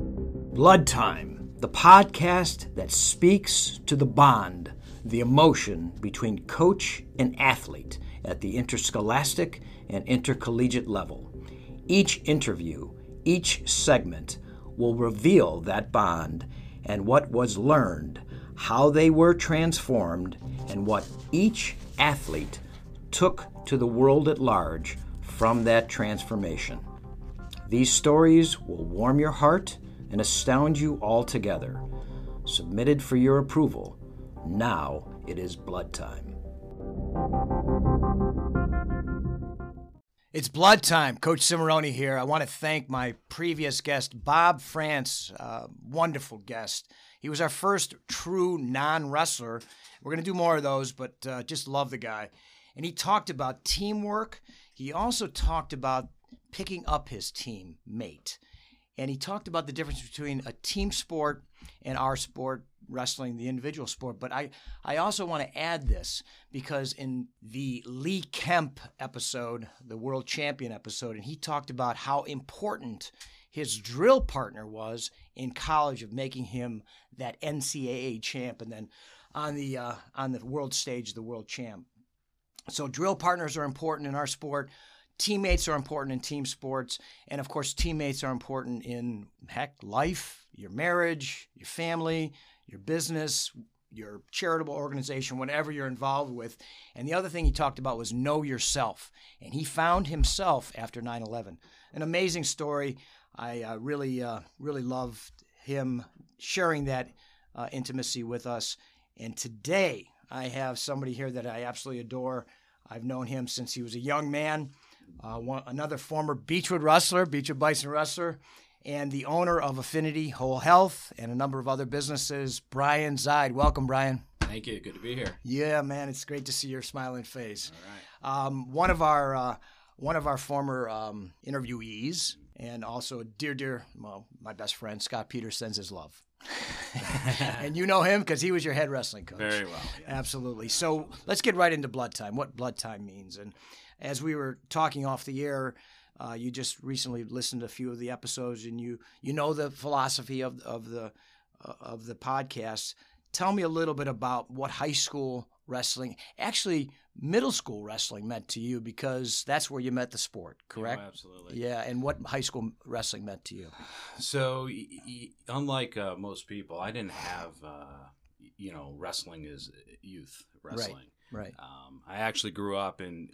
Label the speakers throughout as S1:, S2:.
S1: Blood Time, the podcast that speaks to the bond, the emotion between coach and athlete at the interscholastic and intercollegiate level. Each interview, each segment will reveal that bond and what was learned, how they were transformed, and what each athlete took to the world at large from that transformation. These stories will warm your heart and astound you altogether. Submitted for your approval. Now it is blood time. It's blood time. Coach Cimarroni here. I want to thank my previous guest, Bob France. Uh, wonderful guest. He was our first true non wrestler. We're going to do more of those, but uh, just love the guy. And he talked about teamwork. He also talked about picking up his teammate and he talked about the difference between a team sport and our sport wrestling the individual sport but i i also want to add this because in the lee kemp episode the world champion episode and he talked about how important his drill partner was in college of making him that ncaa champ and then on the uh, on the world stage the world champ so drill partners are important in our sport teammates are important in team sports and of course teammates are important in heck life your marriage your family your business your charitable organization whatever you're involved with and the other thing he talked about was know yourself and he found himself after 9-11 an amazing story i uh, really uh, really loved him sharing that uh, intimacy with us and today i have somebody here that i absolutely adore i've known him since he was a young man uh, one, another former Beechwood wrestler, Beechwood Bison wrestler, and the owner of Affinity Whole Health and a number of other businesses, Brian Zide. Welcome, Brian.
S2: Thank you. Good to be here.
S1: Yeah, man, it's great to see your smiling face.
S2: All
S1: right. Um, one of our uh, one of our former um, interviewees, and also dear, dear, well, my best friend Scott Peters sends his love. and you know him because he was your head wrestling coach.
S2: Very well.
S1: Yeah. Absolutely. So let's get right into blood time. What blood time means, and as we were talking off the air, uh, you just recently listened to a few of the episodes, and you you know the philosophy of of the uh, of the podcast. Tell me a little bit about what high school wrestling, actually middle school wrestling, meant to you, because that's where you met the sport, correct?
S2: Oh, absolutely.
S1: Yeah, and what high school wrestling meant to you.
S2: So, y- y- unlike uh, most people, I didn't have uh, you know wrestling as uh, youth wrestling.
S1: Right. right. Um,
S2: I actually grew up in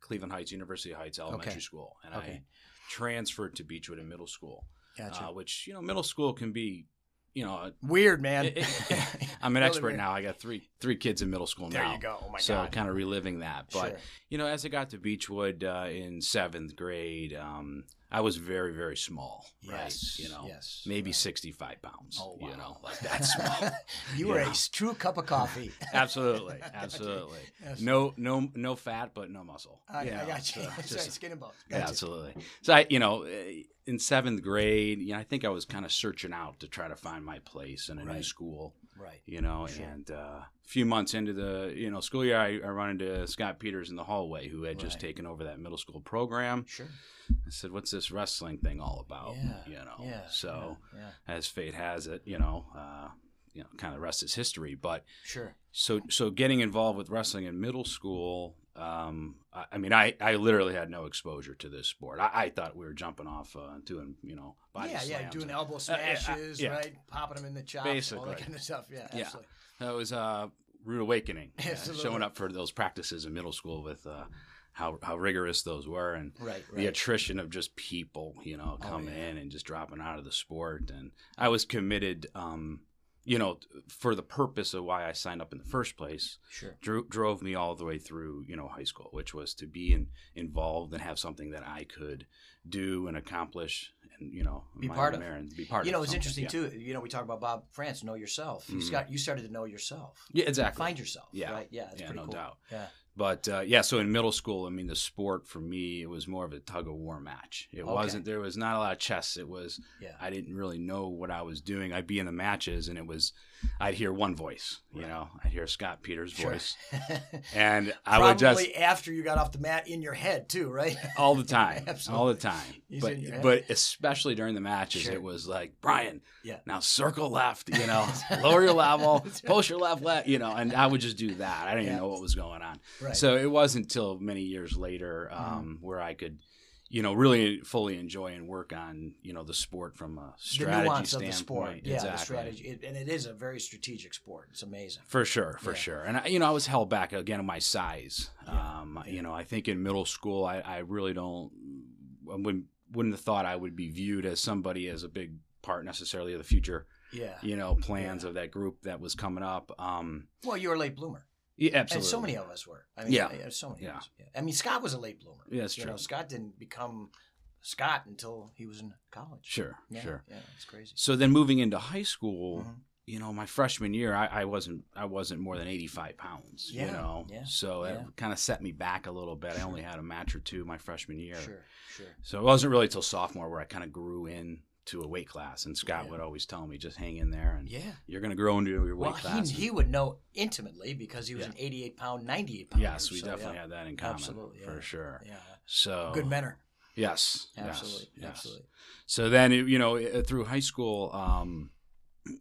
S2: Cleveland Heights University Heights Elementary okay. School, and okay. I transferred to Beechwood in middle school.
S1: Gotcha.
S2: Uh, which you know, middle school can be, you know,
S1: weird, man.
S2: It, it, it, I'm an expert now. I got three three kids in middle school
S1: there
S2: now.
S1: There you go. Oh my
S2: so
S1: god.
S2: So kind of reliving that, but sure. you know, as I got to Beechwood uh, in seventh grade, um, I was very, very small.
S1: Yes.
S2: Right? You know,
S1: yes.
S2: maybe right. 65 pounds.
S1: Oh, wow.
S2: You know, like that small.
S1: you, you were know. a true cup of coffee.
S2: absolutely. Absolutely. absolutely. No, no, no fat, but no muscle.
S1: I, yeah, I got you. So just, Sorry, skin and bones.
S2: Yeah, absolutely. So I, you know, eh, in seventh grade, you know, I think I was kind of searching out to try to find my place in a
S1: right.
S2: new school.
S1: Right.
S2: You know, sure. and uh, a few months into the, you know, school year, I, I run into Scott Peters in the hallway who had just taken over that middle school program.
S1: Sure.
S2: I said, "What's this wrestling thing all about?"
S1: Yeah,
S2: you know.
S1: Yeah,
S2: Oh, so,
S1: yeah,
S2: as fate has it, you know, uh, you know, kind of rest is history. But
S1: sure.
S2: So, so getting involved with wrestling in middle school, um, I, I, mean, I, I literally had no exposure to this sport. I, I thought we were jumping off, uh, doing, you know, body
S1: yeah,
S2: slams
S1: yeah, doing
S2: and,
S1: elbow smashes,
S2: uh, yeah,
S1: right, popping them in the chops,
S2: Basically.
S1: all that kind of stuff. Yeah,
S2: yeah.
S1: Absolutely.
S2: That was uh, rude awakening. uh, showing
S1: Absolutely.
S2: up for those practices in middle school with. Uh, how, how rigorous those were and
S1: right, right.
S2: the attrition of just people you know coming oh, yeah. in and just dropping out of the sport and i was committed um, you know for the purpose of why i signed up in the first place
S1: sure
S2: drew, drove me all the way through you know high school which was to be in, involved and have something that i could do and accomplish and you know
S1: be part of
S2: and be part
S1: you know
S2: of
S1: it's interesting
S2: yeah.
S1: too you know we talk about bob france know yourself you,
S2: Mhm.
S1: got, you started to know yourself
S2: yeah exactly
S1: find yourself
S2: yeah
S1: right yeah that's
S2: yeah
S1: pretty
S2: no
S1: cool
S2: doubt
S1: yeah
S2: But uh, yeah, so in middle school, I mean, the sport for me it was more of a tug of war match. It
S1: Okay.
S2: wasn't there was not a lot of chess. It was
S1: Yeah.
S2: I didn't really know what I was doing. I'd be in the matches, and it was I'd hear one voice. You
S1: Right.
S2: know, I'd hear Scott Peters'
S1: Sure.
S2: voice, and I
S1: Probably
S2: would just
S1: after you got off the mat in your head too, right?
S2: all the time, all
S1: Absolutely.
S2: the time.
S1: He's in your
S2: But
S1: head.
S2: but especially during the matches,
S1: Sure.
S2: it was like Brian.
S1: Yeah.
S2: Now circle left. You know, lower your level, post your left leg. You know, and I would just do that. I didn't
S1: Yeah.
S2: even know what was going on.
S1: Right. Mm-hmm.
S2: So it wasn't until many years later um, where I could, you know, really fully enjoy and work on you know the sport from a
S1: the
S2: strategy
S1: nuance of
S2: standpoint.
S1: the sport, yeah, the
S2: Exactly.
S1: strategy, it, and it is a very strategic sport. It's amazing.
S2: For sure, for
S1: Yeah.
S2: sure. And I, you know, I was held back again in my size.
S1: Yeah,
S2: Um,
S1: yeah.
S2: You know, I think in middle school, I, I really don't. I wouldn't, wouldn't have thought I would be viewed as somebody as a big part necessarily of the future.
S1: Yeah.
S2: You know, plans
S1: Yeah.
S2: of that group that was coming up. Um,
S1: Well, you were a late bloomer,
S2: yeah, absolutely.
S1: and so many of us were. I mean,
S2: Yeah.
S1: I- so many. Of
S2: Yeah.
S1: us. I mean, Scott was a late bloomer.
S2: Yeah, that's
S1: you
S2: true.
S1: know, Scott didn't become Scott until he was in college.
S2: Sure,
S1: Yeah,
S2: sure.
S1: Yeah, it's crazy.
S2: So then moving into high school.
S1: Mhm.
S2: you know, my freshman year, I, I wasn't I wasn't more than eighty five pounds.
S1: Yeah,
S2: You know,
S1: yeah,
S2: so it
S1: yeah.
S2: kind of set me back a little bit. I
S1: Sure.
S2: only had a match or two my freshman year,
S1: Sure, sure.
S2: so it wasn't really till sophomore where I kind of grew in to a weight class. And Scott
S1: Yeah.
S2: would always tell me, just hang in there, and
S1: Yeah.
S2: you're going to grow into your weight
S1: Well,
S2: class.
S1: he, he would know intimately because he was
S2: Yeah.
S1: an 88 pound, 98
S2: And
S1: pounder.
S2: yes, we
S1: so,
S2: definitely
S1: yeah.
S2: had that in common,
S1: Absolutely, yeah.
S2: for sure.
S1: Yeah.
S2: So
S1: Good mentor.
S2: Yes, yes,
S1: Absolutely.
S2: yes.
S1: Absolutely.
S2: So then, it- you know, it- through high school, um,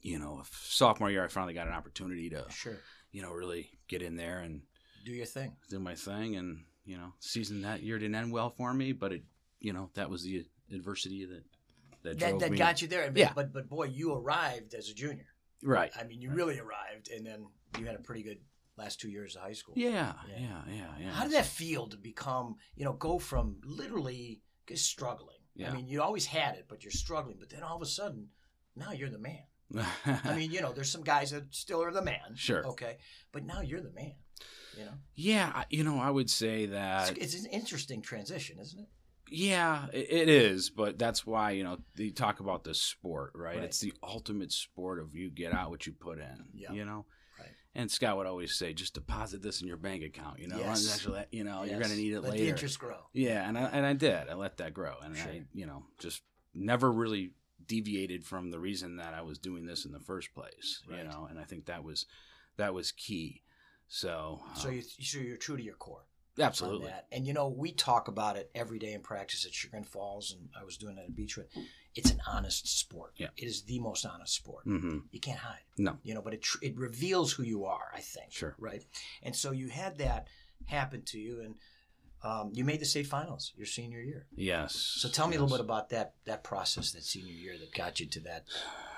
S2: you know, sophomore year, I finally got an opportunity to,
S1: Sure.
S2: you know, really get in there and
S1: Do your thing.
S2: do my thing and you know season that year didn't end well for me but it you know that was the adversity that that,
S1: That,
S2: drove
S1: that
S2: me
S1: got you there. But,
S2: Yeah.
S1: but but boy, you arrived as a junior.
S2: right
S1: I mean, you really arrived, and then you had a pretty good last two years of high school.
S2: yeah
S1: Yeah.
S2: yeah yeah yeah
S1: How did that feel to become, you know, go from literally just struggling? I
S2: Yeah.
S1: mean, you always had it, but you're struggling. But then all of a sudden, now you're the man. I mean, you know, there's some guys that still are the man.
S2: Sure.
S1: Okay. But now you're the man. You know,
S2: yeah I- you know i would say
S1: it's,
S2: that
S1: it's an interesting transition, isn't it?
S2: yeah it, it is but that's why you know you talk about the sport right?
S1: Right.
S2: it's the ultimate sport of you get out what you put in
S1: Yeah.
S2: you know
S1: Right.
S2: and Scott would always say, "Just deposit this in your bank account. You know,
S1: Yes.
S2: Actually, you know, Oh, you're
S1: Yes.
S2: gonna need it
S1: Let
S2: later.
S1: the interest grow.
S2: Yeah, and I and I did. I let that grow, and
S1: Sure.
S2: I you know just never really deviated from the reason that I was doing this in the first place.
S1: Right.
S2: You know, and I think that was that was key. So,
S1: So
S2: uh,
S1: you, so you're true to your core. on
S2: absolutely,
S1: that. And you know, we talk about it every day in practice at Chagrin Falls, and I was doing that at Beechwood. It's an honest sport.
S2: Yeah.
S1: It is the most honest sport.
S2: hmm
S1: You can't hide.
S2: No.
S1: You know, but it tr- it reveals who you are. I think.
S2: Sure.
S1: Right. And so you had that happen to you, and um, you made the state finals your senior year.
S2: yes.
S1: So tell me a little bit about that that process that senior year that got you to that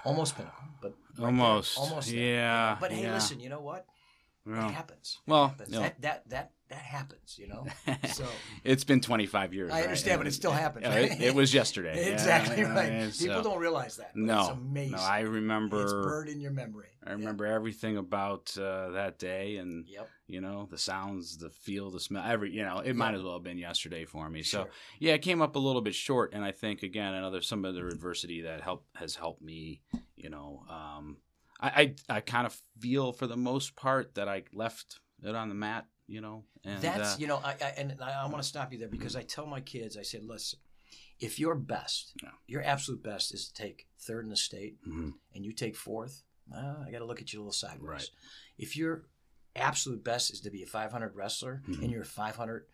S1: almost pinnacle, but right there,
S2: almost,
S1: almost. there.
S2: yeah.
S1: But hey,
S2: yeah,
S1: listen, you know what? It
S2: well,
S1: happens.
S2: well,
S1: But
S2: you know,
S1: that, that that that happens. You know. So.
S2: it's been 25 years.
S1: I
S2: right?
S1: understand, but it still happens,
S2: Yeah,
S1: right?
S2: It, it was yesterday. Yeah,
S1: Exactly
S2: yeah,
S1: right.
S2: yeah,
S1: People
S2: so-
S1: don't realize that. but
S2: No,
S1: it's amazing.
S2: No, I remember.
S1: it's burned in your memory.
S2: I remember everything about uh, that day, and
S1: Yeah. Yep.
S2: you know the sounds the feel the smell every you know it might
S1: Yeah.
S2: as well have been yesterday for me so
S1: Sure.
S2: yeah it came up a little bit short and i think again another some of the adversity that helped has helped me you know um i i, I kind of feel for the most part that i left it on the mat you know and
S1: That's
S2: uh, Mm-hmm.
S1: you know, I, I and I, I want to stop you there because I tell my kids, I say, listen, if your best,
S2: Yeah.
S1: your absolute best is to take third in the state,
S2: mhm,
S1: and you take fourth, uh, I got to look at you a little sideways.
S2: Right.
S1: If your absolute best is to be a 500 wrestler,
S2: Mhm.
S1: and you're a 500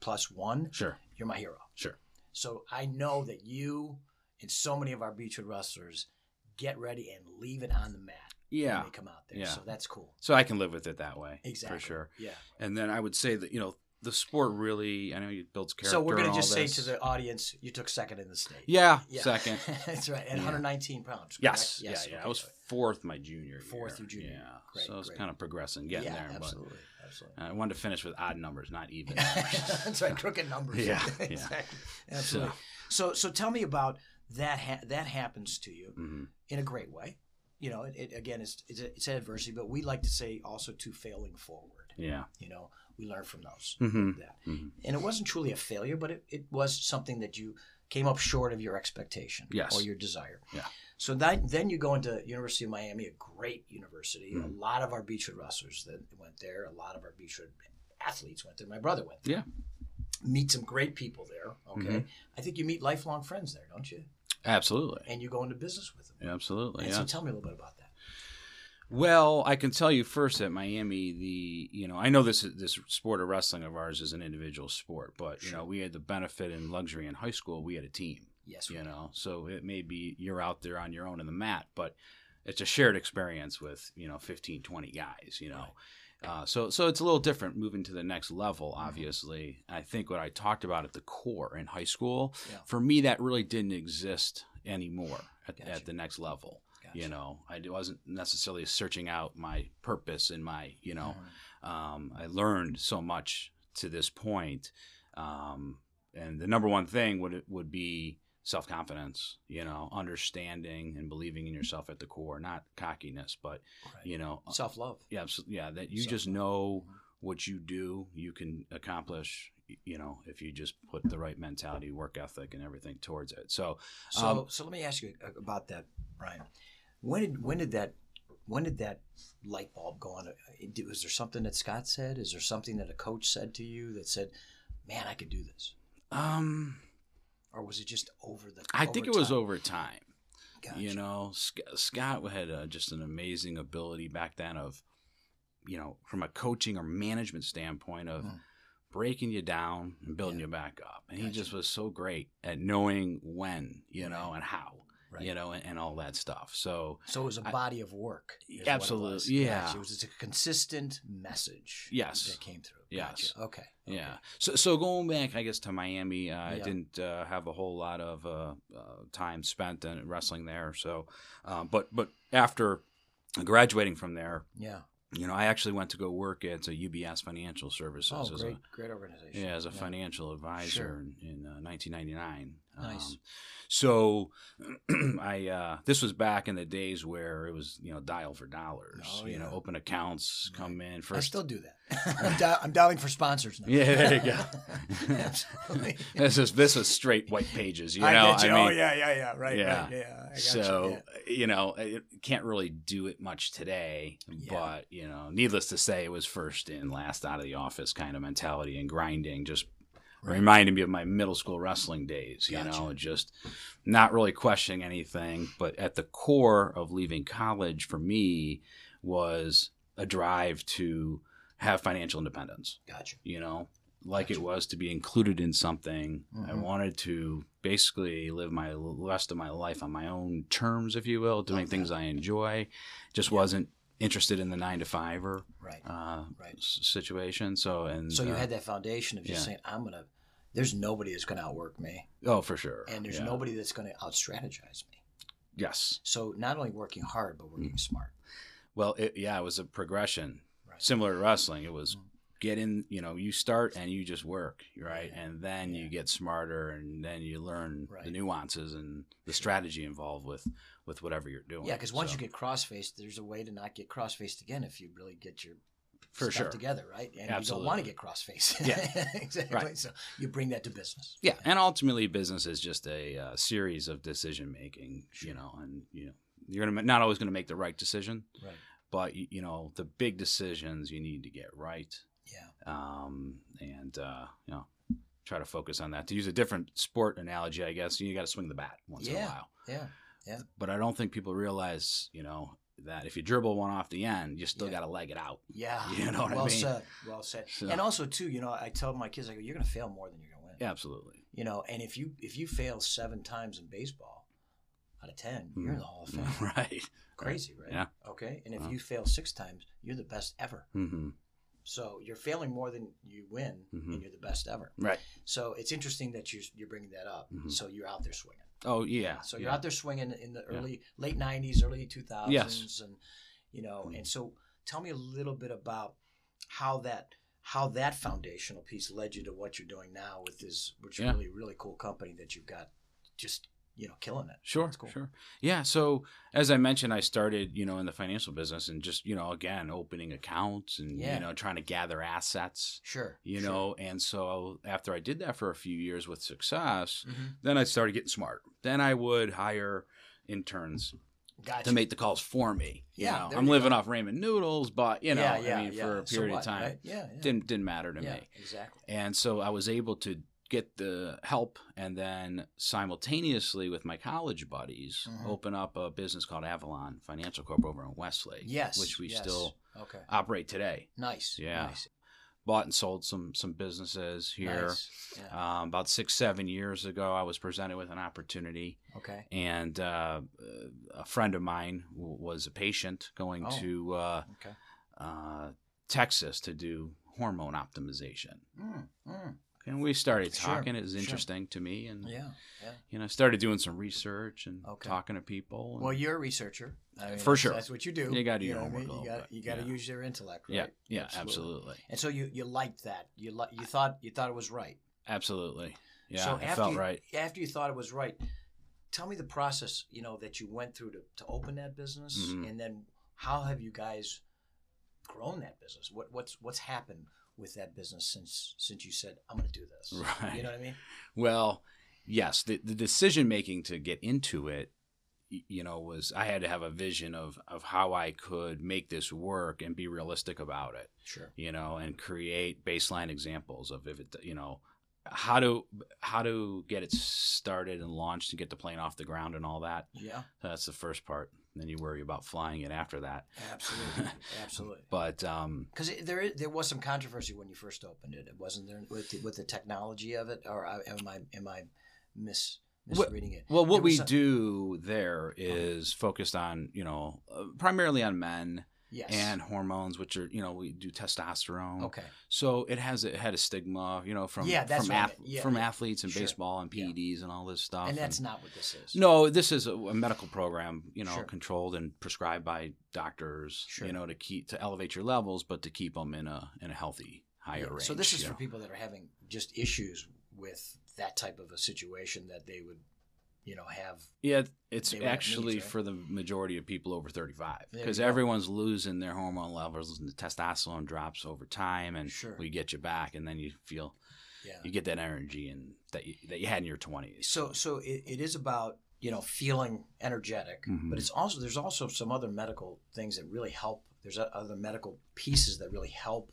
S1: plus one,
S2: sure
S1: you're my hero.
S2: Sure.
S1: So I know that you and so many of our Beachwood wrestlers get ready and leave it on the mat
S2: yeah
S1: when they come out there.
S2: Yeah.
S1: So that's cool.
S2: so i can live with it that way
S1: Exactly.
S2: for sure
S1: Yeah.
S2: and then i would say that you know the sport really i know it builds character
S1: so we're
S2: going
S1: gonna just say to the audience, you took second in the state.
S2: yeah,
S1: Yeah.
S2: second
S1: that's right. At
S2: Yeah.
S1: 119 pounds. correct?
S2: Yes, yeah, yeah.
S1: okay.
S2: I was fourth my junior
S1: Fourth
S2: year.
S1: your junior
S2: yeah.
S1: year. Great,
S2: so I was
S1: great.
S2: kind of progressing, getting
S1: yeah,
S2: there.
S1: Absolutely. Absolutely.
S2: But Uh, I wanted to finish with odd numbers, not even. numbers.
S1: that's right. Crooked numbers.
S2: Yeah, yeah.
S1: exactly. Absolutely.
S2: So-
S1: So, so, tell me about that. Ha- that happens to you.
S2: Mhm.
S1: in a great way. You know, it, it again, it's, it's it's adversity, but we like to say also to failing forward.
S2: Yeah.
S1: You know, we learn from those.
S2: hmm
S1: That. And it wasn't truly a failure, but it, it was something that you came up short of your expectation
S2: Yes.
S1: or your desire.
S2: Yeah.
S1: So that, then you go into University of Miami, a great university. A
S2: Mhm.
S1: lot of our Beachwood wrestlers that went there, a lot of our Beachwood athletes went there. My brother went there.
S2: Yeah. Mm-hmm.
S1: Meet some great people there. Okay. I think you meet lifelong friends there, don't you?
S2: Absolutely.
S1: And you go into business with them.
S2: Absolutely.
S1: And
S2: yeah.
S1: so tell me a little bit about that.
S2: Well, I can tell you first that Miami, the you know, I know this this sport of wrestling of ours is an individual sport, but you know,
S1: Sure.
S2: we had the benefit and luxury in high school. We had a team,
S1: Yes.
S2: you know, so it may be you're out there on your own in the mat, but it's a shared experience with you know 15, 20 guys, you know. Uh, so, so it's a little different moving to the next level.
S1: Mm-hmm.
S2: Obviously, I think what I talked about at the core in high school,
S1: Yeah.
S2: for me, that really didn't exist anymore at,
S1: Gotcha.
S2: at the next level
S1: Gotcha.
S2: you know i wasn't necessarily searching out my purpose and my you know um, i learned so much to this point um, and the number one thing would would be self-confidence you know understanding and believing in yourself at the core not cockiness but
S1: Right.
S2: you know uh,
S1: Self love.
S2: yeah, abso- yeah that you just
S1: Self-love.
S2: know
S1: Mm-hmm.
S2: what you do you can accomplish y- you know if you just put the right mentality work ethic and everything towards it so
S1: So,
S2: Um,
S1: so let me ask you about that, Brian. When did when did that when did that light bulb go on? It- Was there something that Scott said? Is there something that a coach said to you that said, "Man, I could do this,"
S2: um
S1: or was it just over the?
S2: i think it was
S1: time?
S2: over time
S1: Gotcha.
S2: You know, Sc- Scott had uh, just an amazing ability back then of, you know, from a coaching or management standpoint of
S1: Mm.
S2: breaking you down and building
S1: Yeah.
S2: you back up. And he
S1: Gotcha.
S2: just was so great at knowing when, you know,
S1: Right.
S2: and how,
S1: Right.
S2: you know, and, and all that stuff. So,
S1: So it was a
S2: I-
S1: body of work. is what it
S2: Absolute-
S1: was.
S2: yeah.
S1: Gotcha. It was just a consistent message.
S2: Yes.
S1: That came through.
S2: Yes.
S1: Gotcha. Okay.
S2: yeah. So, so going back, I guess, to Miami, uh, I
S1: Yeah.
S2: didn't uh, have a whole lot of uh, uh, time spent in wrestling there. So, um, but, but after graduating from there,
S1: Yeah.
S2: you know, I actually went to go work at uh, UBS Financial Services
S1: Oh,
S2: as
S1: great,
S2: a
S1: great organization.
S2: yeah, as a financial advisor
S1: Sure.
S2: in, in uh, 1999.
S1: Nice.
S2: so I uh, this was back in the days where it was you know dial for dollars.
S1: Oh,
S2: you know,
S1: yeah.
S2: open accounts, come in
S1: I
S2: first.
S1: still do that. I'm, dia- I'm dialing for sponsors now.
S2: Yeah, there you go.
S1: Absolutely.
S2: this is this is straight white pages. You know,
S1: I get you.
S2: mean,
S1: oh yeah, yeah, yeah. Right.
S2: Yeah.
S1: Right, yeah. I got you.
S2: so uh,
S1: yeah.
S2: you know it can't really do it much today
S1: Yeah.
S2: but you know needless to say it was first in last out of the office kind of mentality and grinding just
S1: Right.
S2: reminded me of my middle school wrestling days you
S1: Gotcha.
S2: know just not really questioning anything but at the core of leaving college for me was a drive to have financial independence
S1: Gotcha.
S2: you know, like it
S1: Gotcha.
S2: was to be included in something. I
S1: Mhm.
S2: wanted to basically live my l- rest of my life on my own terms, if you will, doing
S1: Love
S2: things I enjoy. Just wasn't interested in the nine to fiver
S1: Right.
S2: uh,
S1: Right.
S2: s- situation. So and
S1: So you
S2: uh,
S1: had that foundation of just
S2: yeah.
S1: saying, I'm gonna. There's nobody that's gonna outwork me,
S2: oh for sure,
S1: and there's
S2: Yeah.
S1: nobody that's gonna outstrategize me.
S2: yes.
S1: So not only working hard, but working
S2: Mm.
S1: smart.
S2: Well, it, yeah, it was a progression
S1: Right.
S2: similar to wrestling. It was
S1: Mm.
S2: get in, you know, you start and you just work, right?
S1: Yeah.
S2: And then you
S1: Yeah.
S2: get smarter and then you learn
S1: Right.
S2: the nuances and the strategy involved with with whatever you're doing.
S1: Yeah, because once
S2: So,
S1: you get cross-faced, there's a way to not get cross-faced again if you really get your
S2: for
S1: stuff
S2: sure.
S1: together, right? And you don't want
S2: Absolutely.
S1: to get cross-faced.
S2: Yeah.
S1: exactly.
S2: Right.
S1: So you bring that to business.
S2: Yeah, and ultimately business is just a uh, series of decision making, you know, and you know, you're going to not always going to make the right decision,
S1: Right.
S2: but you, you know, the big decisions you need to get right.
S1: Yeah.
S2: um, and uh, you know try to focus on that. To use a different sport analogy, I guess you got to swing the bat once in a
S1: Yeah.
S2: while.
S1: Yeah.
S2: But I don't think people realize, you know, that if you dribble one off the end, you still
S1: Yeah.
S2: got to leg it out.
S1: Yeah.
S2: You know what I
S1: well
S2: mean?
S1: said. Well said.
S2: So-
S1: And also too, you know, I tell my kids, I go, you're gonna fail more than you're gonna win.
S2: Absolutely.
S1: You know, and if you if you fail seven times in baseball out of 10 you you're in the Hall of Fame.
S2: right.
S1: Crazy, right?
S2: Mm-hmm. Yeah. Uh-huh.
S1: Okay. And if
S2: Wow.
S1: you fail six times, you're the best ever.
S2: hmm
S1: So you're failing more than you win,
S2: Mhm.
S1: and you're the best ever.
S2: Right.
S1: So it's interesting that you're you're bringing that up.
S2: Mhm.
S1: So you're out there swinging.
S2: Oh yeah.
S1: So you're
S2: yeah.
S1: out there swinging in the early late '90s, early 2000s,
S2: Yes.
S1: and you know.
S2: Mhm.
S1: And so, tell me a little bit about how that how that foundational piece led you to what you're doing now with this, which
S2: Yeah.
S1: really really cool company that you've got, just you know, killing it.
S2: Sure,
S1: That's cool.
S2: sure. Yeah. So as I mentioned, I started, you know, in the financial business and just, you know, again, opening accounts and,
S1: Yeah.
S2: you know, trying to gather assets,
S1: Sure.
S2: you
S1: sure.
S2: know. And so after I did that for a few years with success,
S1: Mhm.
S2: Then I started getting smart. Then I would hire interns
S1: Gotcha.
S2: to make the calls for me. You
S1: Yeah,
S2: know,
S1: there
S2: I'm
S1: you
S2: living off ramen noodles, but you know,
S1: yeah, yeah,
S2: I mean,
S1: yeah.
S2: for a
S1: So
S2: period
S1: what,
S2: of time,
S1: right? Yeah, yeah.
S2: didn't didn't matter to
S1: yeah,
S2: me.
S1: Exactly.
S2: And so I was able to get the help and then simultaneously with my college buddies
S1: Mhm.
S2: open up a business called Avalon Financial Corp over in Westlake.
S1: Yes.
S2: Which we
S1: yes.
S2: still
S1: Okay.
S2: operate today.
S1: Nice.
S2: Yeah.
S1: Nice.
S2: Bought and sold some some businesses here.
S1: Nice. Yeah.
S2: Um, about six, seven years ago, I was presented with an opportunity,
S1: okay.
S2: and uh, a friend of mine w- was a patient going
S1: Oh.
S2: to uh,
S1: Okay.
S2: uh, Texas to do hormone optimization.
S1: Mm, mm.
S2: And we started
S1: Sure,
S2: talking. it was
S1: sure.
S2: interesting to me, and
S1: Yeah.
S2: you know, started doing some research and
S1: Okay.
S2: talking to people. and-
S1: Well, you're a researcher. I mean,
S2: For
S1: that's-
S2: sure.
S1: That's what you do.
S2: You gotta do
S1: You
S2: your
S1: know what I
S2: homework
S1: mean?
S2: a
S1: You
S2: little
S1: got
S2: bit.
S1: you got to
S2: Yeah.
S1: use their intellect, right?
S2: yeah, yeah,
S1: Absolutely.
S2: absolutely,
S1: And so you you liked that. You li- you thought you thought it was right.
S2: absolutely. Yeah,
S1: So
S2: it
S1: after
S2: felt
S1: you,
S2: right.
S1: After you thought it was right, tell me the process you know that you went through to, to open that business,
S2: Mhm.
S1: and then how have you guys grown that business? What what's what's happened with that business since since you said I'm going to do this?
S2: Right.
S1: You know what I mean?
S2: Well, yes, the, the decision making to get into it, y- you know, was I had to have a vision of of how I could make this work and be realistic about it,
S1: Sure.
S2: you know, and create baseline examples of if it, you know, how to how to get it started and launched and get the plane off the ground and all that.
S1: Yeah.
S2: That's the first part. Then you worry about flying it after that.
S1: Absolutely. Absolutely.
S2: But um,
S1: Because there is- there was some controversy when you first opened it. It wasn't there with the, with the technology of it, or I, am I am I mis
S2: Well-
S1: misreading it?
S2: Well,
S1: There
S2: what
S1: was
S2: we
S1: some-
S2: do there is focused on, you know, uh, primarily on men
S1: Yes.
S2: and hormones, which are, you know, we do testosterone.
S1: okay.
S2: So it has it had a stigma, you know, from
S1: Yeah, that's
S2: from,
S1: what I meant. Yeah,
S2: from
S1: yeah.
S2: athletes and
S1: Sure.
S2: baseball and
S1: Yeah.
S2: PEDs and all this stuff.
S1: And that's not what this is.
S2: no, this is a, a medical program, you know,
S1: Sure.
S2: controlled and prescribed by doctors,
S1: Sure.
S2: you know, to keep to elevate your levels, but to keep them in a in a healthy higher
S1: Yeah,
S2: range.
S1: So this is
S2: you
S1: for
S2: know.
S1: people that are having just issues with that type of a situation that they would, you know, have.
S2: Yeah, it's
S1: They would have
S2: actually
S1: needs, right?
S2: for the majority of people over 35
S1: There
S2: because
S1: you go.
S2: everyone's losing their hormone levels and the testosterone drops over time and
S1: Sure.
S2: we get you back and then you feel
S1: Yeah.
S2: you get that energy and that you, that you had in your 20s.
S1: So so it, it is about you know feeling energetic,
S2: Mhm.
S1: but it's also there's also some other medical things that really help. There's o- other medical pieces that really help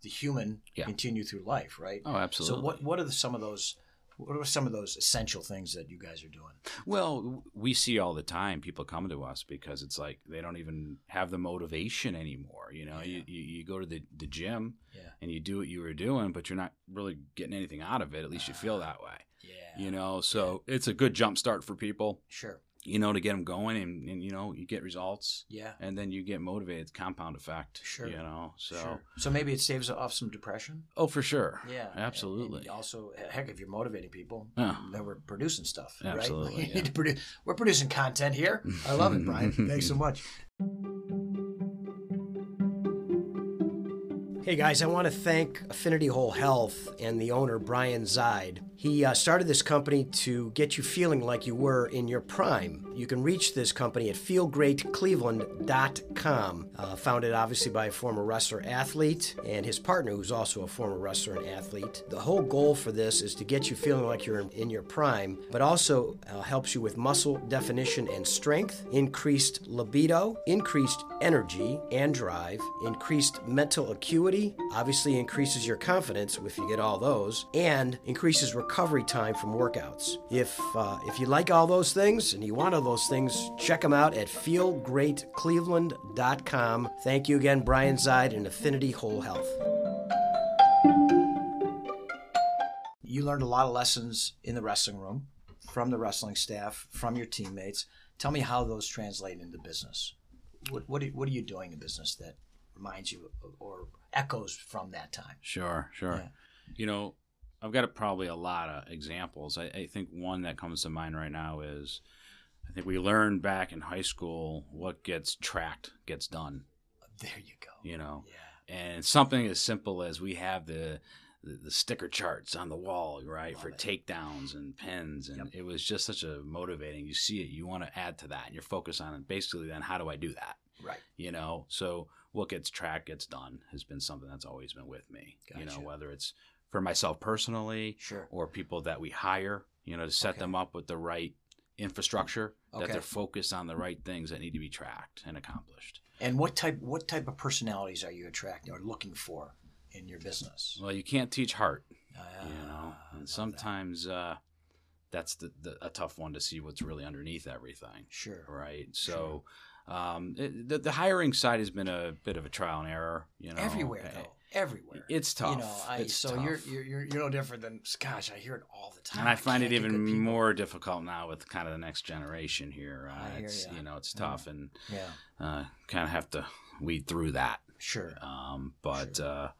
S1: the human
S2: Yeah.
S1: continue through life, right?
S2: Oh, absolutely.
S1: So what what are the, some of those? What are some of those essential things that you guys are doing?
S2: Well, w- we see all the time people come to us because it's like they don't even have the motivation anymore. You know,
S1: Yeah.
S2: you, you, you go to the, the gym
S1: Yeah.
S2: and you do what you were doing, but you're not really getting anything out of it. At least you feel that way,
S1: Ah, Yeah.
S2: you know? So it's a good jump start for people.
S1: Sure.
S2: you know, to get them going and, and you know, you get results
S1: Yeah.
S2: and then you get motivated, It's compound effect.
S1: Sure.
S2: You know, so.
S1: Sure. So maybe it saves off some depression.
S2: Oh, for sure.
S1: Yeah, and-
S2: Absolutely.
S1: and also, heck, if you're motivating people,
S2: Yeah.
S1: then we're producing stuff.
S2: Absolutely,
S1: Right? We
S2: yeah.
S1: need to produ- we're producing content here. I love it, Brian. Thanks so much. Hey guys, I want to thank Affinity Whole Health and the owner, Brian Zide. He uh, started this company to get you feeling like you were in your prime. You can reach this company at feelgreatcleveland.com, uh, founded obviously by a former wrestler athlete and his partner, who's also a former wrestler and athlete. The whole goal for this is to get you feeling like you're in, in your prime, but also uh, helps you with muscle definition and strength, increased libido, increased energy and drive, increased mental acuity, obviously increases your confidence if you get all those, and increases recovery time from workouts. If uh, if you like all those things and you want all those things, check them out at feelgreatcleveland.com. Thank you again, Brian Zide and Affinity Whole Health. You learned a lot of lessons in the wrestling room, from the wrestling staff, from your teammates. Tell me how those translate into business. What what are, what are you doing in business that reminds you of- or echoes from that time?
S2: Sure, sure.
S1: Yeah.
S2: You know, I've got a, probably a lot of examples. I, I think one that comes to mind right now is I think we learned back in high school what gets tracked gets done,
S1: There you go.
S2: you know?
S1: Yeah.
S2: and something as simple as we have the the, the sticker charts on the wall right
S1: Love
S2: for
S1: it.
S2: takedowns and pins and it was just such a motivating you see it you want to add to that and you're focused on it basically then how do i do that
S1: Right.
S2: you know so what gets tracked gets done has been something that's always been with me you know
S1: Gotcha.
S2: whether it's for myself personally
S1: Sure.
S2: or people that we hire you know to set
S1: Okay.
S2: them up with the right infrastructure
S1: Okay.
S2: that they're focused on the right things that need to be tracked and accomplished.
S1: And what type what type of personalities are you attracting or looking for in your business?
S2: Well, you can't teach heart,
S1: Uh,
S2: you know, and
S1: love
S2: sometimes uh, that's the, the a tough one to see what's really underneath everything,
S1: that. sure.
S2: right? So. Um, it, the, the hiring side has been a bit of a trial and error, you know.
S1: everywhere
S2: Eh,
S1: though, everywhere.
S2: It's tough.
S1: You know, I,
S2: It's
S1: so
S2: tough.
S1: You're, you're you're you're no different than gosh, I hear it all the time.
S2: and I find
S1: can't
S2: it
S1: get good
S2: even
S1: people.
S2: more difficult now with kind of the next generation here.
S1: I
S2: Uh,
S1: hear
S2: it's,
S1: ya.
S2: you know, it's
S1: Mhm.
S2: tough and
S1: Yeah,
S2: uh, kind of have to weed through that.
S1: sure.
S2: Um, but
S1: Sure.
S2: uh,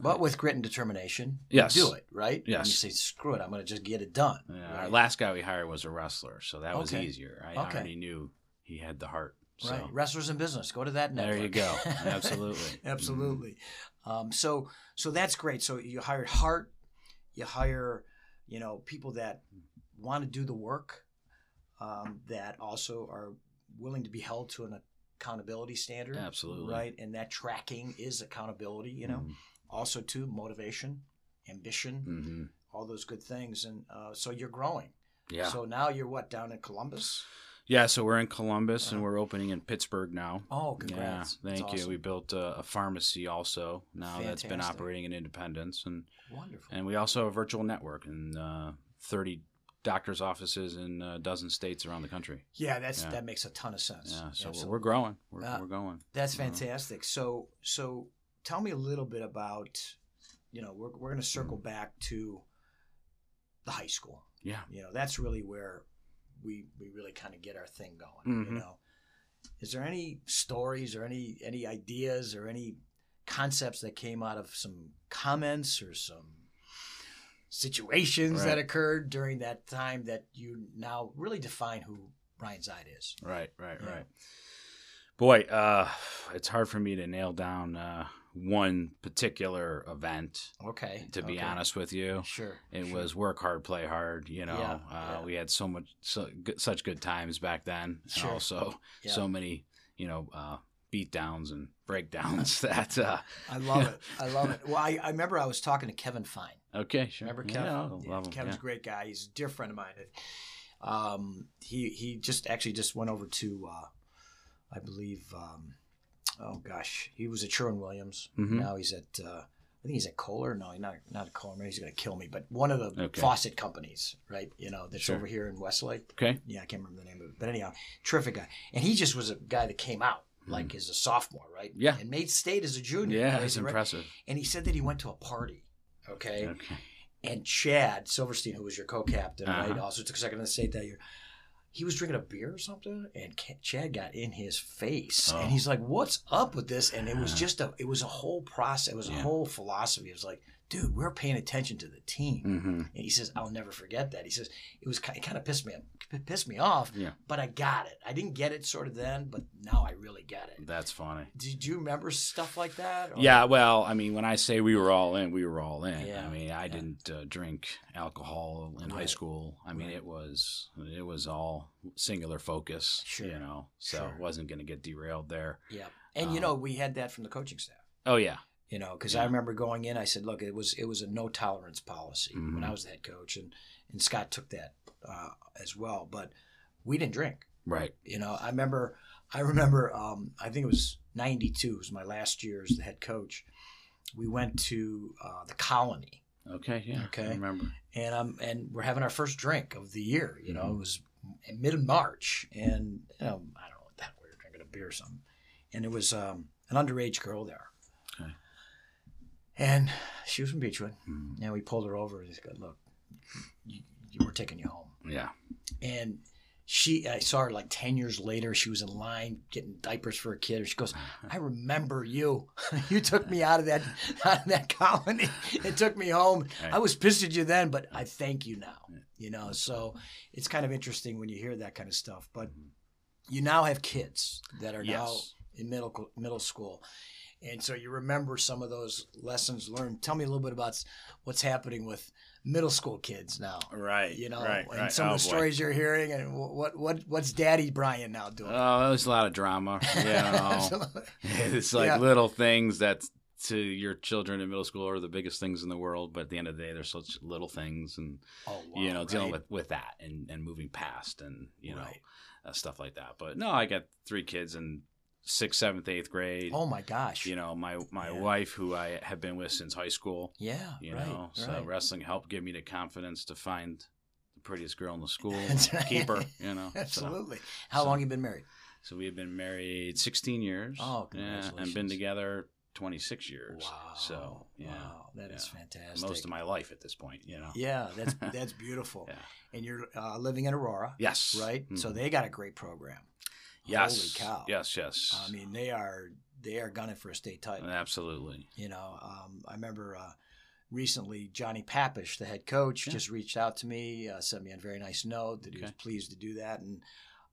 S1: But with grit and determination,
S2: Yes.
S1: you do it right. And
S2: Yes.
S1: you say, screw it, I'm going to just get it done.
S2: yeah,
S1: right?
S2: our last guy we hired was a wrestler, so that was
S1: Okay.
S2: easier. I
S1: Okay.
S2: already knew he had the heart. So
S1: Right. Wrestlers in business. Go to that network.
S2: There you go. Absolutely.
S1: Absolutely. Um, so so that's great. So you hire heart, you hire, you know, people that want to do the work, um, that also are willing to be held to an accountability standard.
S2: Absolutely. Mm-hmm.
S1: Right. And that tracking is accountability, you know. Also too, motivation, ambition,
S2: hmm
S1: all those good things. And uh, so you're growing.
S2: Yeah.
S1: So now you're what, down in Columbus?
S2: yeah. So we're in Columbus and
S1: Uh-huh.
S2: we're opening in Pittsburgh now.
S1: Oh, congrats.
S2: Yeah, thank
S1: That's
S2: you.
S1: awesome.
S2: We built a, a pharmacy also now that's been
S1: Fantastic.
S2: operating in Independence, and
S1: Wonderful.
S2: and we also have a virtual network in uh, 30 doctors' offices in a dozen states around the country.
S1: Yeah, that's
S2: Yeah.
S1: that makes a ton of sense.
S2: Yeah, so we're-
S1: Absolutely.
S2: we're growing. We're,
S1: Uh,
S2: we're going.
S1: that's
S2: Mhm.
S1: fantastic. So so tell me a little bit about you know we're we're going to
S2: Mm.
S1: circle back to the high school.
S2: Yeah.
S1: You know that's really where we we really kind of get our thing going.
S2: Mhm.
S1: You know, is there any stories or any any ideas or any concepts that came out of some comments or some situations that
S2: Right.
S1: occurred during that time that you now really define who Brian Zide is?
S2: Right, right,
S1: Yeah.
S2: right. Boy, uh, it's hard for me to nail down uh, one particular event.
S1: Okay.
S2: To be
S1: okay.
S2: honest with you,
S1: Sure.
S2: it
S1: sure.
S2: was work hard, play hard. You know,
S1: Yeah,
S2: uh,
S1: yeah.
S2: we had so much, so, good, such good times back then, and
S1: Sure.
S2: also
S1: Yeah.
S2: so many, you know, uh, beatdowns and breakdowns. That uh,
S1: I love it. I love it. Well, I, I remember I was talking to Kevin Fine.
S2: okay, sure.
S1: Remember
S2: Yeah,
S1: Kevin?
S2: I love 'em,
S1: Kevin's
S2: yeah.
S1: a great guy. He's a dear friend of mine. Um, he he just actually just went over to, uh, I believe, um, oh gosh, he was at Sherwin Williams.
S2: Mhm.
S1: Now he's at, uh, I think he's at Kohler. No, not not at Kohler. Maybe he's gonna kill me. But one of the
S2: Okay.
S1: faucet companies, right? You know, that's
S2: Sure.
S1: over here in Westlake.
S2: Okay.
S1: yeah, I can't remember the name of it, but anyhow, terrific guy. And he just was a guy that came out like as a sophomore, right?
S2: Hmm. Yeah.
S1: and made state as a junior.
S2: Yeah,
S1: crazy,
S2: it's
S1: right?
S2: impressive.
S1: And he said that he went to a party, okay?
S2: Okay.
S1: And Chad Silverstein, who was your co-captain, right,
S2: Uh-huh.
S1: also took second in the state that year. He was drinking a beer or something, and Ca- Chad got in his face,
S2: Oh.
S1: and he's like, "What's up with this?" And it was
S2: Uh-huh.
S1: just a, it was a whole process, it was a
S2: Yeah.
S1: whole philosophy. It was like, dude, we're paying attention to the team.
S2: Mm-hmm.
S1: And he says, "I'll never forget that." He says, "It was kind, it kind of pissed me, pissed me off,
S2: Yeah.
S1: but I got it. I didn't get it sort of then, but now I really get it."
S2: That's funny.
S1: Did you remember stuff like that? or-
S2: Yeah, well, I mean, when I say we were all in, we were all in.
S1: Yeah,
S2: I mean, I
S1: yeah.
S2: didn't uh, drink alcohol in high
S1: Right,
S2: school. I mean,
S1: right.
S2: it was it was all singular focus,
S1: Sure,
S2: you know. So
S1: sure.
S2: it wasn't going to get derailed there.
S1: Yeah, and you
S2: Um,
S1: know we had that from the coaching staff.
S2: Oh yeah,
S1: You know, because I
S2: Yeah.
S1: remember going in, I said, "Look, it was it was a no tolerance policy when
S2: Mhm.
S1: I was the head coach, and and Scott took that uh, as well, but we didn't drink.
S2: right.
S1: You know, I remember I remember um, I think it was '92 was my last year as the head coach. We went to uh, the Colony.
S2: Okay, yeah.
S1: Okay.
S2: I remember.
S1: and um and we're having our first drink of the year. You know,
S2: Mhm.
S1: it was mid March, and you know, I don't know what that we were drinking a beer or something, and it was um an underage girl there,
S2: Okay.
S1: and she was from Beechwood,
S2: Mhm.
S1: and we pulled her over and just said, "Look, you, you, we're taking you home,"
S2: Yeah.
S1: and. She, I saw her like ten years later. She was in line getting diapers for a kid, and she goes, "I remember you. you took me out of that, out of that colony. It took me home, I was pissed at you then, but I thank you now. You know, so it's kind of interesting when you hear that kind of stuff. But you now have kids that are
S2: Mm-hmm. yes.
S1: now in middle co- middle school, and so you remember some of those lessons learned. Tell me a little bit about s- what's happening with middle school kids now.
S2: Right.
S1: You know,
S2: Right.
S1: and
S2: right.
S1: some
S2: Oh,
S1: of the
S2: boy.
S1: stories you're hearing, and wh- what what what's Daddy Brian now doing?
S2: Oh, that was a lot of drama. Oh, Yeah.
S1: Absolutely.
S2: it's like
S1: Yeah.
S2: little things that to your children in middle school are the biggest things in the world, but at the end of the day, they're such little things, and
S1: Oh, wow,
S2: you know, dealing
S1: right?
S2: with with that and and moving past and you know
S1: Right.
S2: uh, stuff like that. But no, I got three kids in sixth, seventh, eighth grade.
S1: Oh my gosh.
S2: You know, my my
S1: Yeah.
S2: wife, who I have been with since high school.
S1: yeah.
S2: You
S1: right,
S2: know, so
S1: right.
S2: wrestling helped give me the confidence to find the prettiest girl in the school,
S1: That's right.
S2: keep her. You know, so-
S1: Absolutely. How
S2: so-
S1: long you been married?
S2: so we have been married 16 years.
S1: Oh,
S2: Yeah, and been
S1: congratulations.
S2: together 26 years.
S1: Wow.
S2: So, yeah.
S1: Wow, that is fantastic.
S2: Most of my life at this point, you know.
S1: Yeah, that's that's beautiful.
S2: Yeah.
S1: And you're uh, living in Aurora,
S2: Yes.
S1: right? So
S2: Mhm.
S1: they got a great program.
S2: yes.
S1: Holy cow.
S2: Yes, yes.
S1: I mean, they are they are gunning for a state title.
S2: Absolutely.
S1: You know, um, I remember uh, recently Johnny Papish, the head coach,
S2: Yeah.
S1: just reached out to me, uh, sent me a very nice note that he was
S2: Okay.
S1: pleased to do that, and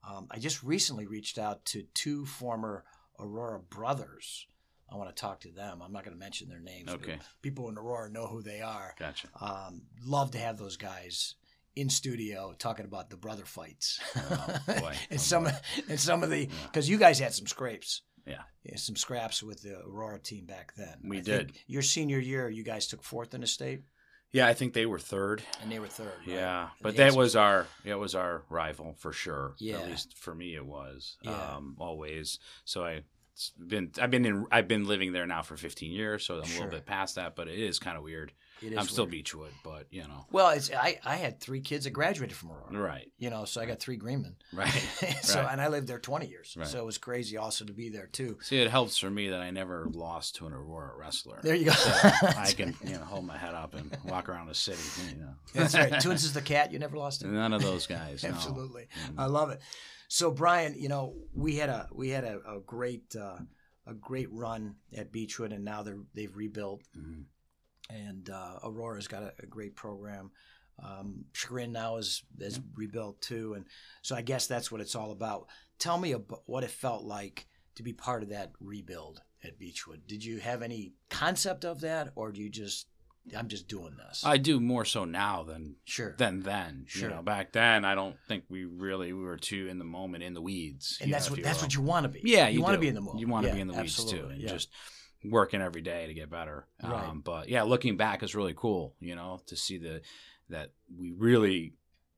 S1: um, I just recently reached out to two former Aurora brothers. I want to talk to them. I'm not going to mention their names. but
S2: Okay.
S1: People in Aurora know who they are.
S2: Gotcha.
S1: Um, love to have those guys in studio talking about the brother fights
S2: Oh, boy. Oh,
S1: and some
S2: boy.
S1: and some of the
S2: Yeah.
S1: because you guys had some scrapes.
S2: Yeah.
S1: some scraps with the Aurora team back then.
S2: We
S1: think your senior year, you guys took fourth in the state,
S2: Yeah, I think they were third.
S1: and they were third. right?
S2: Yeah,
S1: And
S2: but
S1: they had
S2: that
S1: some-
S2: was our it was our rival for sure.
S1: Yeah.
S2: at least for me it was.
S1: Yeah.
S2: Um, always. So I it's been I've been in I've been living there now for 15 years, so I'm a
S1: Sure.
S2: little bit past that, but it is kind of weird.
S1: It
S2: I'm
S1: is
S2: still
S1: weird.
S2: Beechwood, but you know,
S1: Well, it's I, I had three kids that graduated from Aurora.
S2: right,
S1: You know, so I got three Greenmen.
S2: right.
S1: so
S2: Right.
S1: and I lived there 20 years.
S2: Right.
S1: So it was crazy also to be there too.
S2: See, it helps for me that I never lost to an Aurora wrestler.
S1: There you go.
S2: I can you know hold my head up and walk around the city. You know,
S1: That's right. Twins is the cat. You never lost it.
S2: None of those guys. no.
S1: Absolutely.
S2: Mm.
S1: I love it. So Brian, you know, we had a we had a, a great uh, a great run at Beechwood, and now they're they've rebuilt,
S2: Mhm.
S1: and uh, Aurora's got a, a great program. Um, Chagrin now is is rebuilt too, and so I guess that's what it's all about. Tell me about what it felt like to be part of that rebuild at Beechwood. Did you have any concept of that, or do you just I'm just doing this?
S2: I do more so now than
S1: sure.
S2: than then.
S1: Sure.
S2: You know, back then I don't think we really we were too in the moment in the weeds.
S1: and
S2: you
S1: that's
S2: know, if
S1: what that's
S2: will.
S1: what you want to be.
S2: Yeah,
S1: you, want to
S2: do.
S1: be in the moment.
S2: You want to
S1: Yeah,
S2: be in the weeds too,
S1: absolutely.
S2: and
S1: Yeah.
S2: just working every day to get better.
S1: Right.
S2: Um, but yeah, looking back is really cool. You know, to see the that we really,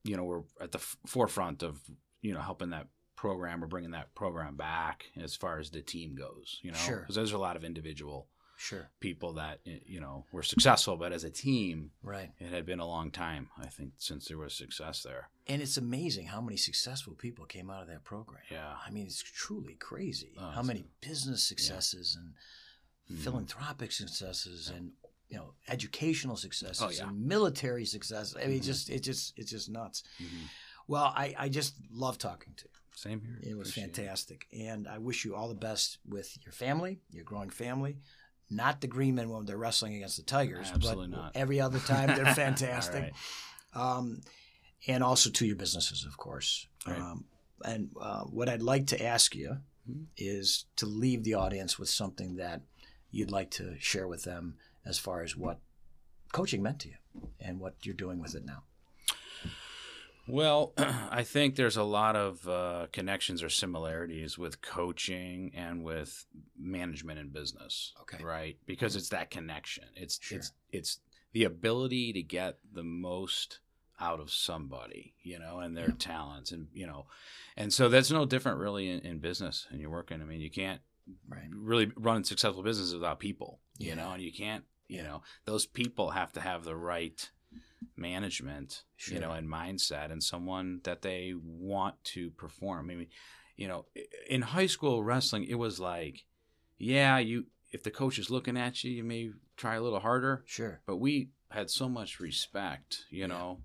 S2: you know, we're at the f- forefront of you know helping that program or bringing that program back as far as the team goes. You know,
S1: Sure.
S2: because there's a lot of individual
S1: sure,
S2: people that you know were successful, but as a team,
S1: right.
S2: it had been a long time. I think since there was success there.
S1: And it's amazing how many successful people came out of that program.
S2: Yeah.
S1: I mean, it's truly crazy
S2: Oh, Mm-hmm.
S1: how
S2: it's-
S1: many business successes and philanthropic successes and you know educational successes
S2: Oh, yeah.
S1: and military successes. I mean,
S2: Mhm.
S1: just it just it's just nuts.
S2: Mhm.
S1: Well, I I just love talking to you.
S2: Same here.
S1: It was
S2: Appreciate
S1: fantastic. And I wish you all the best with your family, your growing family. Not the Green Men when they're wrestling against the Tigers,
S2: Absolutely
S1: but
S2: not.
S1: every other time they're
S2: All
S1: fantastic.
S2: right.
S1: um, and also to your businesses, of course.
S2: Right.
S1: Um, and uh, what I'd like to ask you
S2: Mhm.
S1: is to leave the audience with something that you'd like to share with them as far as what coaching meant to you and what you're doing with it now.
S2: Well, I think there's a lot of uh, connections or similarities with coaching and with management and business.
S1: Okay.
S2: Right, because it's that connection. It's
S1: Sure.
S2: it's it's the ability to get the most out of somebody, you know, and their
S1: Yeah.
S2: talents, and you know, and so that's no different really in, in business. And you're working. I mean, you can't
S1: Right.
S2: really run successful businesses without people,
S1: Yeah.
S2: you know, and you can't, you
S1: Yeah.
S2: know, those people have to have the right management,
S1: Sure.
S2: you know, and mindset and someone that they want to perform. I mean, you know, i- in high school wrestling, it was like, yeah, you, if the coach is looking at you, you may try a little harder,
S1: Sure.
S2: but we had so much respect, you
S1: Yeah.
S2: know,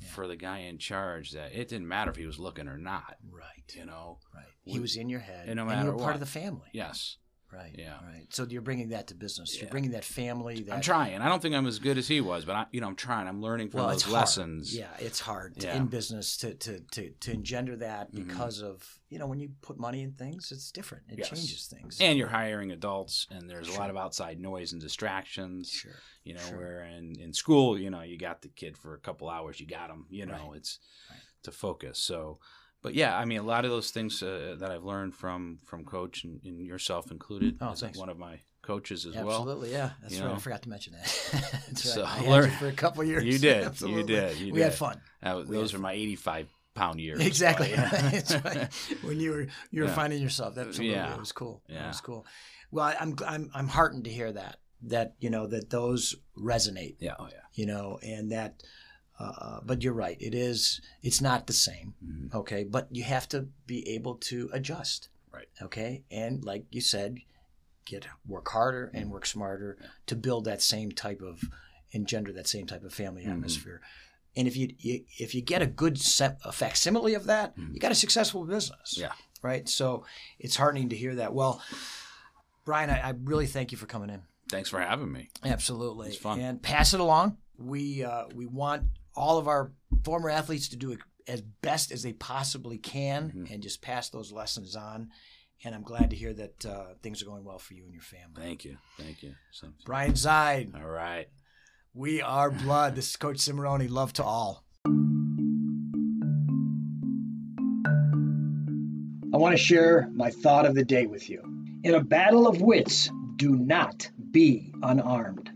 S1: Yeah.
S2: for the guy in charge that it didn't matter if he was looking or not,
S1: Right.
S2: you know?
S1: Right. He
S2: We-
S1: was in your head,
S2: and no
S1: you
S2: matter
S1: were part
S2: what.
S1: of the family.
S2: Yes.
S1: Right.
S2: Yeah.
S1: Right. So you're bringing that to business. You're
S2: Yeah.
S1: bringing that family. That
S2: I'm trying. I don't think I'm as good as he was, but I, you know, I'm trying. I'm learning from
S1: Well, it's
S2: those
S1: hard.
S2: lessons.
S1: Yeah, it's hard to,
S2: Yeah.
S1: in business to, to to to engender that
S2: Mhm.
S1: because of you know when you put money in things, it's different. It
S2: Yes.
S1: changes things.
S2: And you're hiring adults, and there's a
S1: Sure.
S2: lot of outside noise and distractions.
S1: sure.
S2: You know,
S1: sure.
S2: where in, in school, you know, you got the kid for a couple hours, you got him. You know,
S1: Right.
S2: it's
S1: Right.
S2: to focus. So, but yeah, I mean, a lot of those things uh, that I've learned from from coach and, and yourself included.
S1: Oh,
S2: as
S1: thanks.
S2: One of my coaches as well.
S1: Absolutely, yeah. That's
S2: you
S1: right.
S2: know.
S1: I forgot to mention that. That's right.
S2: So,
S1: I had
S2: learn-
S1: you for a couple years.
S2: You did.
S1: Absolutely.
S2: You did. You
S1: we
S2: did.
S1: had fun.
S2: That was-
S1: We
S2: those
S1: had
S2: were my 85 pound years.
S1: Exactly.
S2: but, yeah.
S1: That's right. When you were you were
S2: Yeah.
S1: finding yourself, that absolutely
S2: Yeah.
S1: it was cool. It
S2: Yeah.
S1: was cool. Well, I- I'm I'm I'm heartened to hear that that you know that those resonate.
S2: yeah. Oh, yeah.
S1: You know, and that. Uh, but you're right. It is. It's not the same.
S2: Mhm.
S1: Okay, but you have to be able to adjust.
S2: Right.
S1: Okay, and like you said, get work harder and work smarter
S2: Mm-hmm. Yeah.
S1: to build that same type of engender that same type of family
S2: Mhm.
S1: atmosphere. And if you, you if you get a good se- a facsimile of that,
S2: Mhm.
S1: you got a successful business.
S2: Yeah.
S1: Right. So it's heartening to hear that. Well, Brian, I, I really thank you for coming in.
S2: Thanks for having me.
S1: Absolutely.
S2: It's fun.
S1: And pass it along. We uh, we want all of our former athletes to do it as best as they possibly can,
S2: Mhm.
S1: and just pass those lessons on. And I'm glad to hear that uh, things are going well for you and your family.
S2: Thank you. Thank you. So-
S1: Brian Zide,
S2: All right.
S1: we are blood. This is Coach Cimarroni. Love to all. I want to share my thought of the day with you. In a battle of wits, do not be unarmed.